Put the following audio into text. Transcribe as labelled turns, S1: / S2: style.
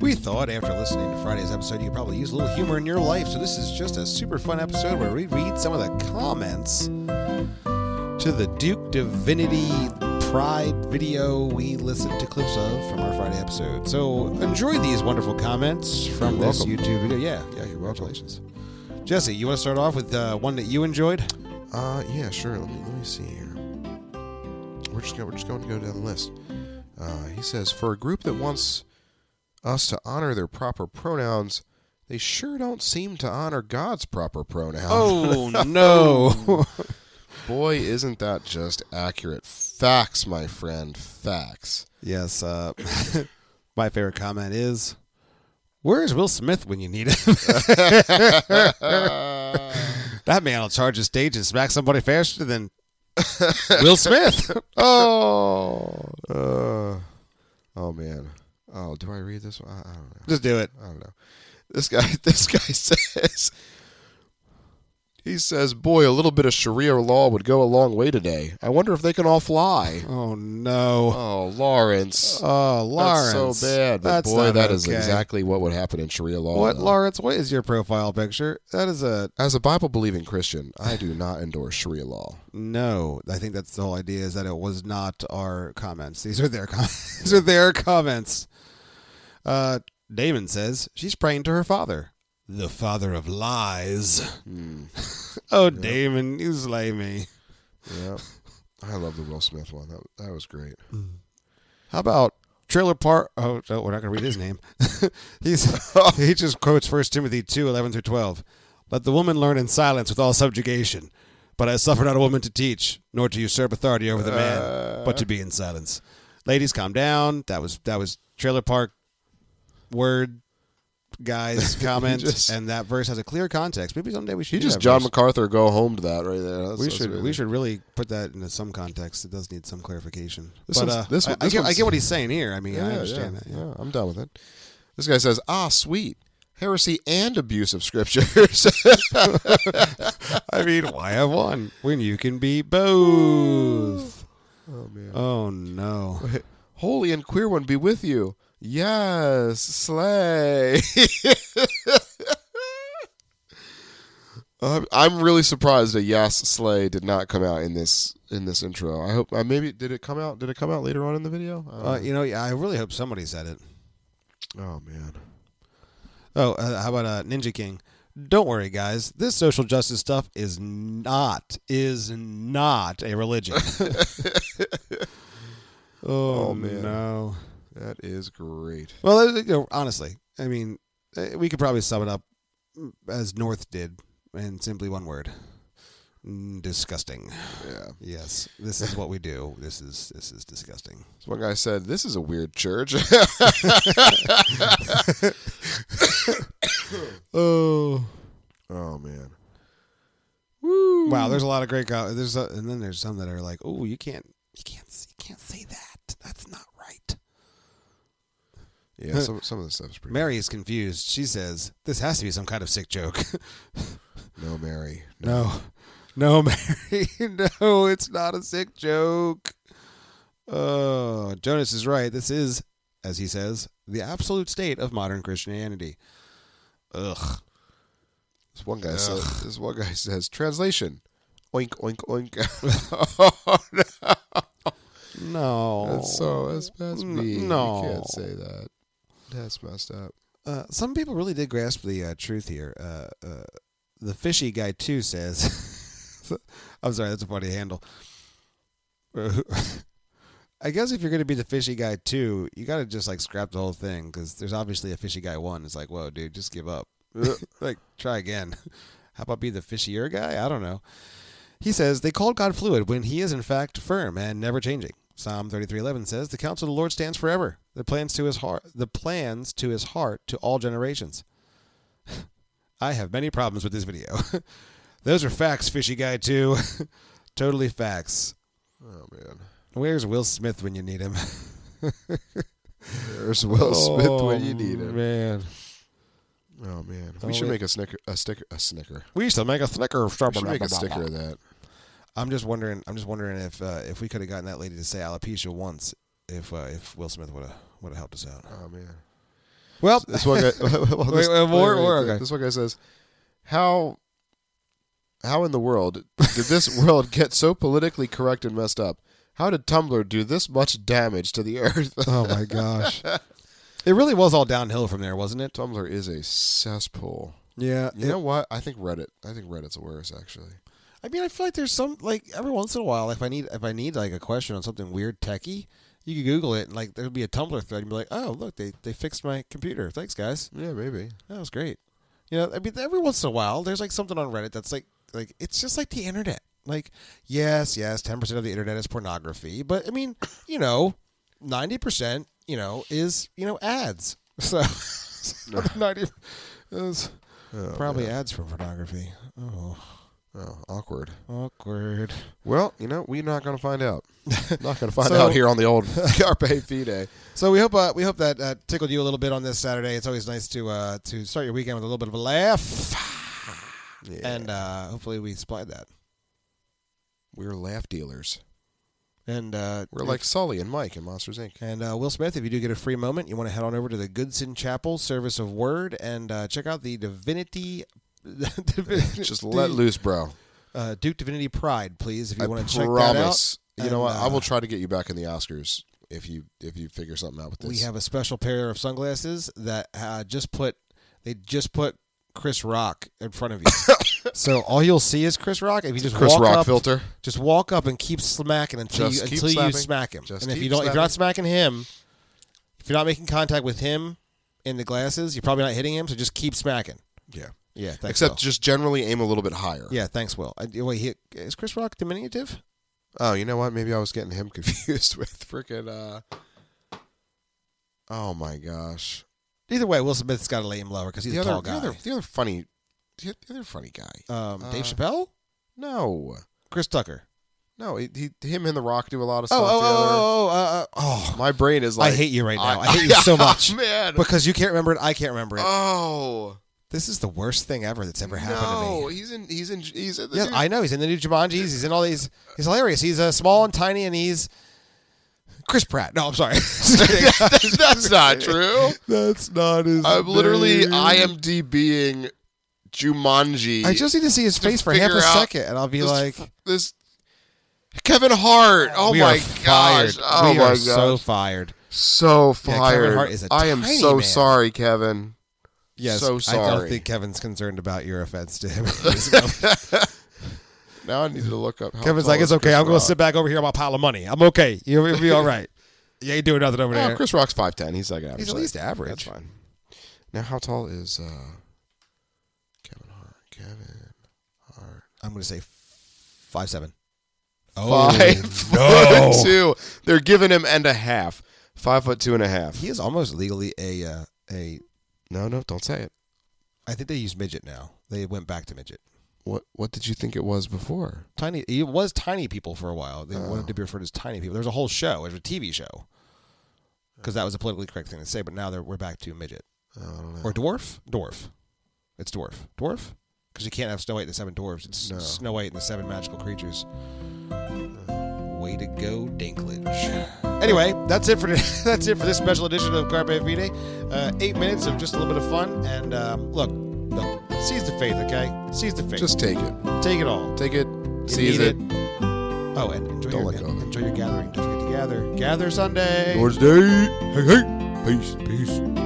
S1: We thought after listening to Friday's episode, you could probably use a little humor in your life. So this is just a super fun episode where we read some of the comments to the Duke Divinity Pride video we listened to clips of from our Friday episode. So enjoy these wonderful comments from this
S2: welcome.
S1: YouTube video. Yeah, yeah, congratulations. Jesse, you want to start off with uh, one that you enjoyed?
S2: Uh, yeah, sure. Let me let me see here. We're just going, we're just going to go down the list. Uh, he says for a group that wants us to honor their proper pronouns, they sure don't seem to honor God's proper pronouns.
S1: Oh no!
S2: boy, isn't that just accurate facts, my friend? Facts.
S1: yes, uh, my favorite comment is, "Where's Will Smith when you need him?" that man will charge the stage and smack somebody faster than Will Smith.
S2: oh, uh, oh man. Oh, do I read this one? I, I don't know.
S1: Just do it.
S2: I don't know. This guy, this guy says, he says, boy, a little bit of Sharia law would go a long way today. I wonder if they can all fly.
S1: Oh no!
S2: Oh, Lawrence.
S1: Oh, Lawrence,
S2: That's so bad. But
S1: That's
S2: boy,
S1: not
S2: that is Oh.
S1: okay.
S2: exactly what would happen in Sharia law.
S1: what,
S2: though.
S1: Lawrence. What is your profile picture? That is a
S2: As a Bible believing Christian, I do not endorse Sharia law.
S1: No, I think that's the whole idea is that it was not our comments. These are their comments. These are their comments. Uh, Damon says she's praying to her father, the father of lies. oh, Damon, you slay me.
S2: Yeah. I love the Will Smith one. That, that was great.
S1: How about Trailer Park? Oh, no, we're not going to read his name. He's he just quotes First Timothy two eleven through twelve. Let the woman learn in silence with all subjugation. But I suffer not a woman to teach, nor to usurp authority over the man, but to be in silence. Ladies, calm down. That was that was Trailer Park word guy's comment,
S2: just-
S1: and that verse has a clear context. Maybe someday we should
S2: You
S1: do
S2: just
S1: that
S2: John
S1: verse.
S2: MacArthur go home to that right there. That's-
S1: We
S2: that's
S1: should
S2: really-
S1: we should really put that into some context. It does need some clarification.
S2: This
S1: but
S2: one's-
S1: uh,
S2: this
S1: I-
S2: one-
S1: I,
S2: this
S1: get, I
S2: one's-
S1: get what he's saying here. I mean, I
S2: Yeah,
S1: understand
S2: yeah,
S1: that. Yeah.
S2: yeah, I'm done with it. This guy says, "Ah, sweet heresy and abuse of scriptures."
S1: I mean, why have one when you can be both?
S2: oh man,
S1: Oh no!
S2: holy and queer one be with you. Yes, slay. I'm- Uh, I'm really surprised that yes, slay did not come out in this in this intro. I hope. I maybe did it come out? Did it come out later on in the video? I don't
S1: Uh,
S2: know.
S1: you know, yeah, I really hope somebody said it.
S2: oh man.
S1: Oh, uh, how about uh, Ninja King? Don't worry, guys. This social justice stuff is not is not a religion. oh,
S2: Oh, man.
S1: no!
S2: That is great.
S1: Well, uh, you know, honestly, I mean, uh, we could probably sum it up mm, as North did in simply one word: Mm, disgusting.
S2: Yeah.
S1: Yes, this is what we do. This is this is disgusting.
S2: So one guy said, "This is a weird church."
S1: Oh
S2: oh man.
S1: wow! There's a lot of great. Co- there's a, and then there's some that are like, oh, you can't, you can't, s- you can't say that. That's not right.
S2: Yeah, some, some of the stuff's pretty.
S1: Mary is confused. She says, "This has to be some kind of sick joke."
S2: no, Mary. No.
S1: no, no, Mary, no, it's not a sick joke. Oh, Jonas is right. This is, as he says, the absolute state of modern Christianity. Ugh.
S2: This one guy says. This one guy says. Translation. Oink oink oink.
S1: No.
S2: that's so that's that's
S1: Oh, N-
S2: mean.
S1: no.
S2: you can't say that. That's messed up.
S1: Uh, some people really did grasp the uh, truth here. Uh, uh, the fishy guy too says, "I'm sorry, that's a funny handle." I guess if you're going to be the fishy guy too, you got to just like scrap the whole thing because there's obviously a fishy guy one. It's like, whoa, dude, just give up. like, try again. How about be the fishier guy? I don't know. He says they called God fluid when He is in fact firm and never changing. Psalm thirty-three eleven says the counsel of the Lord stands forever. The plans to His heart, the plans to His heart to all generations. I have many problems with this video. Those are facts, fishy guy too. totally facts.
S2: Oh man.
S1: Where's Will Smith when you need him?
S2: There's Will Smith when you
S1: Oh,
S2: need him.
S1: Man,
S2: Oh man.
S1: Oh,
S2: We should
S1: yeah.
S2: make a snicker. A sticker. A snicker.
S1: we used to make a snicker.
S2: We should make a sticker of that.
S1: I'm just wondering. I'm just wondering if uh, if we could have gotten that lady to say alopecia once, if uh, if Will Smith would have would have helped us out.
S2: Oh man.
S1: Well,
S2: This one guy. well, this,
S1: wait, more- more, okay.
S2: This one guy says, "How, how in the world did this world get so politically correct and messed up? How did Tumblr do this much damage to the earth?"
S1: oh my gosh, it really was all downhill from there, wasn't it?
S2: Tumblr is a cesspool.
S1: Yeah.
S2: You know what? I think Reddit. I think Reddit's worse, actually.
S1: I mean, I feel like there's some like every once in a while, if I need if I need like a question on something weird techie, you could Google it and like there'd be a Tumblr thread and be like, oh look, they they fixed my computer. Thanks guys,
S2: Yeah, maybe.
S1: that was great. You know, I mean, every once in a while, there's like something on Reddit that's like like it's just like the internet. Like, yes, yes, ten percent of the internet is pornography, but I mean, you know, ninety percent, you know, is you know ads. So ninety is
S2: Oh,
S1: probably
S2: man.
S1: ads for pornography. Oh,
S2: Oh, awkward.
S1: awkward.
S2: Well, you know, we're not going to find out. not going to find
S1: So-
S2: out here on the old Carpe Fide.
S1: So we hope uh, we hope that uh, tickled you a little bit on this Saturday. It's always nice to uh, to start your weekend with a little bit of a laugh,
S2: Yeah.
S1: and uh, hopefully we supplied that.
S2: we're laugh dealers.
S1: And uh,
S2: We're
S1: if-
S2: like Sully and Mike in Monsters Inc.
S1: and uh, Will Smith. If you do get a free moment, you want to head on over to the Goodson Chapel Service of Word and uh, check out the Divinity. Divinity
S2: Just let loose, bro.
S1: uh, Duke Divinity Pride, please. If you
S2: I
S1: want
S2: promise.
S1: to check that out,
S2: you know
S1: And,
S2: what? I
S1: uh,
S2: will try to get you back in the Oscars if you if you figure something out with this.
S1: we have a special pair of sunglasses that uh, just put they just put Chris Rock in front of you. so all you'll see is Chris Rock. If you just
S2: Chris
S1: walk
S2: Rock
S1: up,
S2: filter.
S1: just walk up and keep smacking until
S2: Just
S1: you
S2: keep
S1: until you
S2: slapping.
S1: smack him.
S2: Just
S1: and if
S2: keep
S1: you don't, if you're not smacking him, if you're not making contact with him in the glasses, you're probably not hitting him. So just keep smacking.
S2: Yeah.
S1: Yeah. Thanks,
S2: Except
S1: Will.
S2: just generally aim a little bit higher.
S1: yeah. Thanks, Will. I, wait, he, is Chris Rock diminutive?
S2: Oh, you know what? Maybe I was getting him confused with freaking. Uh... Oh my gosh.
S1: Either way, Will Smith's got to lay him lower because he's
S2: the
S1: a
S2: other,
S1: tall guy.
S2: The other, the other funny, the other funny guy.
S1: um, Dave
S2: uh,
S1: Chappelle,
S2: No,
S1: Chris Tucker.
S2: no, he, he, him and The Rock do a lot of
S1: Oh,
S2: stuff
S1: oh,
S2: together.
S1: oh, oh, oh, uh, oh.
S2: My brain is like, "Ah, oh,
S1: I hate you right now. I, hate you so much
S2: man.
S1: because you can't remember it. I can't remember it.
S2: oh,
S1: this is the worst thing ever that's ever happened to me.
S2: no, he's in, he's in, he's in. The
S1: Yeah,
S2: dude-
S1: I know. He's in the new Jumanjis. He's in all these. He's hilarious. He's uh, small and tiny, and he's Chris Pratt. No, I'm sorry.
S2: that's not true.
S1: That's not his.
S2: I'm literally IMDBing Jumanji.
S1: I just need to see his face for half
S2: figure
S1: a
S2: out
S1: second, and I'll be
S2: this,
S1: like,
S2: this. Kevin Hart. Oh
S1: we
S2: my
S1: are
S2: gosh.
S1: fired.
S2: Oh
S1: we
S2: my
S1: are
S2: gosh.
S1: so fired.
S2: So
S1: Kevin
S2: fired.
S1: Hart is a
S2: I am
S1: tiny
S2: so
S1: man.
S2: sorry, Kevin.
S1: Yes,
S2: So
S1: I
S2: sorry.
S1: don't think Kevin's concerned about your offense to him.
S2: Now I need to look up. How
S1: Kevin's
S2: tall
S1: like,
S2: is
S1: it's okay.
S2: Chris
S1: I'm going
S2: Rock."
S1: to sit back over here on my pile of money. I'm okay. You'll you'll be all right. You ain't doing nothing over
S2: Oh,
S1: there.
S2: Chris Rock's five ten. He's like average.
S1: He's at least
S2: height.
S1: average.
S2: That's fine. Now, how tall is uh, Kevin Hart? Kevin Hart.
S1: I'm going to say five seven.
S2: Five
S1: Oh, no.
S2: foot two. They're giving him and a half. Five foot two and a half.
S1: He is almost legally a uh, a.
S2: No, no, don't say it.
S1: I think they use midget now. They went back to midget.
S2: What What did you think it was before?
S1: Tiny. It was tiny people for a while. They
S2: Oh.
S1: wanted to be referred as tiny people. There was a whole show. It was a TV show because that was a politically correct thing to say. But now they're, we're back to midget
S2: I don't know.
S1: or dwarf. Dwarf. It's dwarf. Dwarf. Because you can't have Snow White and the Seven Dwarfs. It's
S2: No.
S1: Snow White and the Seven Magical Creatures. Way to go, Dinklage. Anyway, that's it for that's it for this special edition of Carpe Vitae. Uh, eight minutes of just a little bit of fun, and um, look, look, seize the faith, okay? Seize the faith.
S2: Just take it.
S1: take it all.
S2: Take it.
S1: You
S2: Seize
S1: need
S2: it.
S1: Oh, and enjoy
S2: Don't
S1: your
S2: let go of it.
S1: enjoy your gathering. Don't forget to gather. Gather Sunday.
S2: Thursday. Hey, hey. Peace. Peace.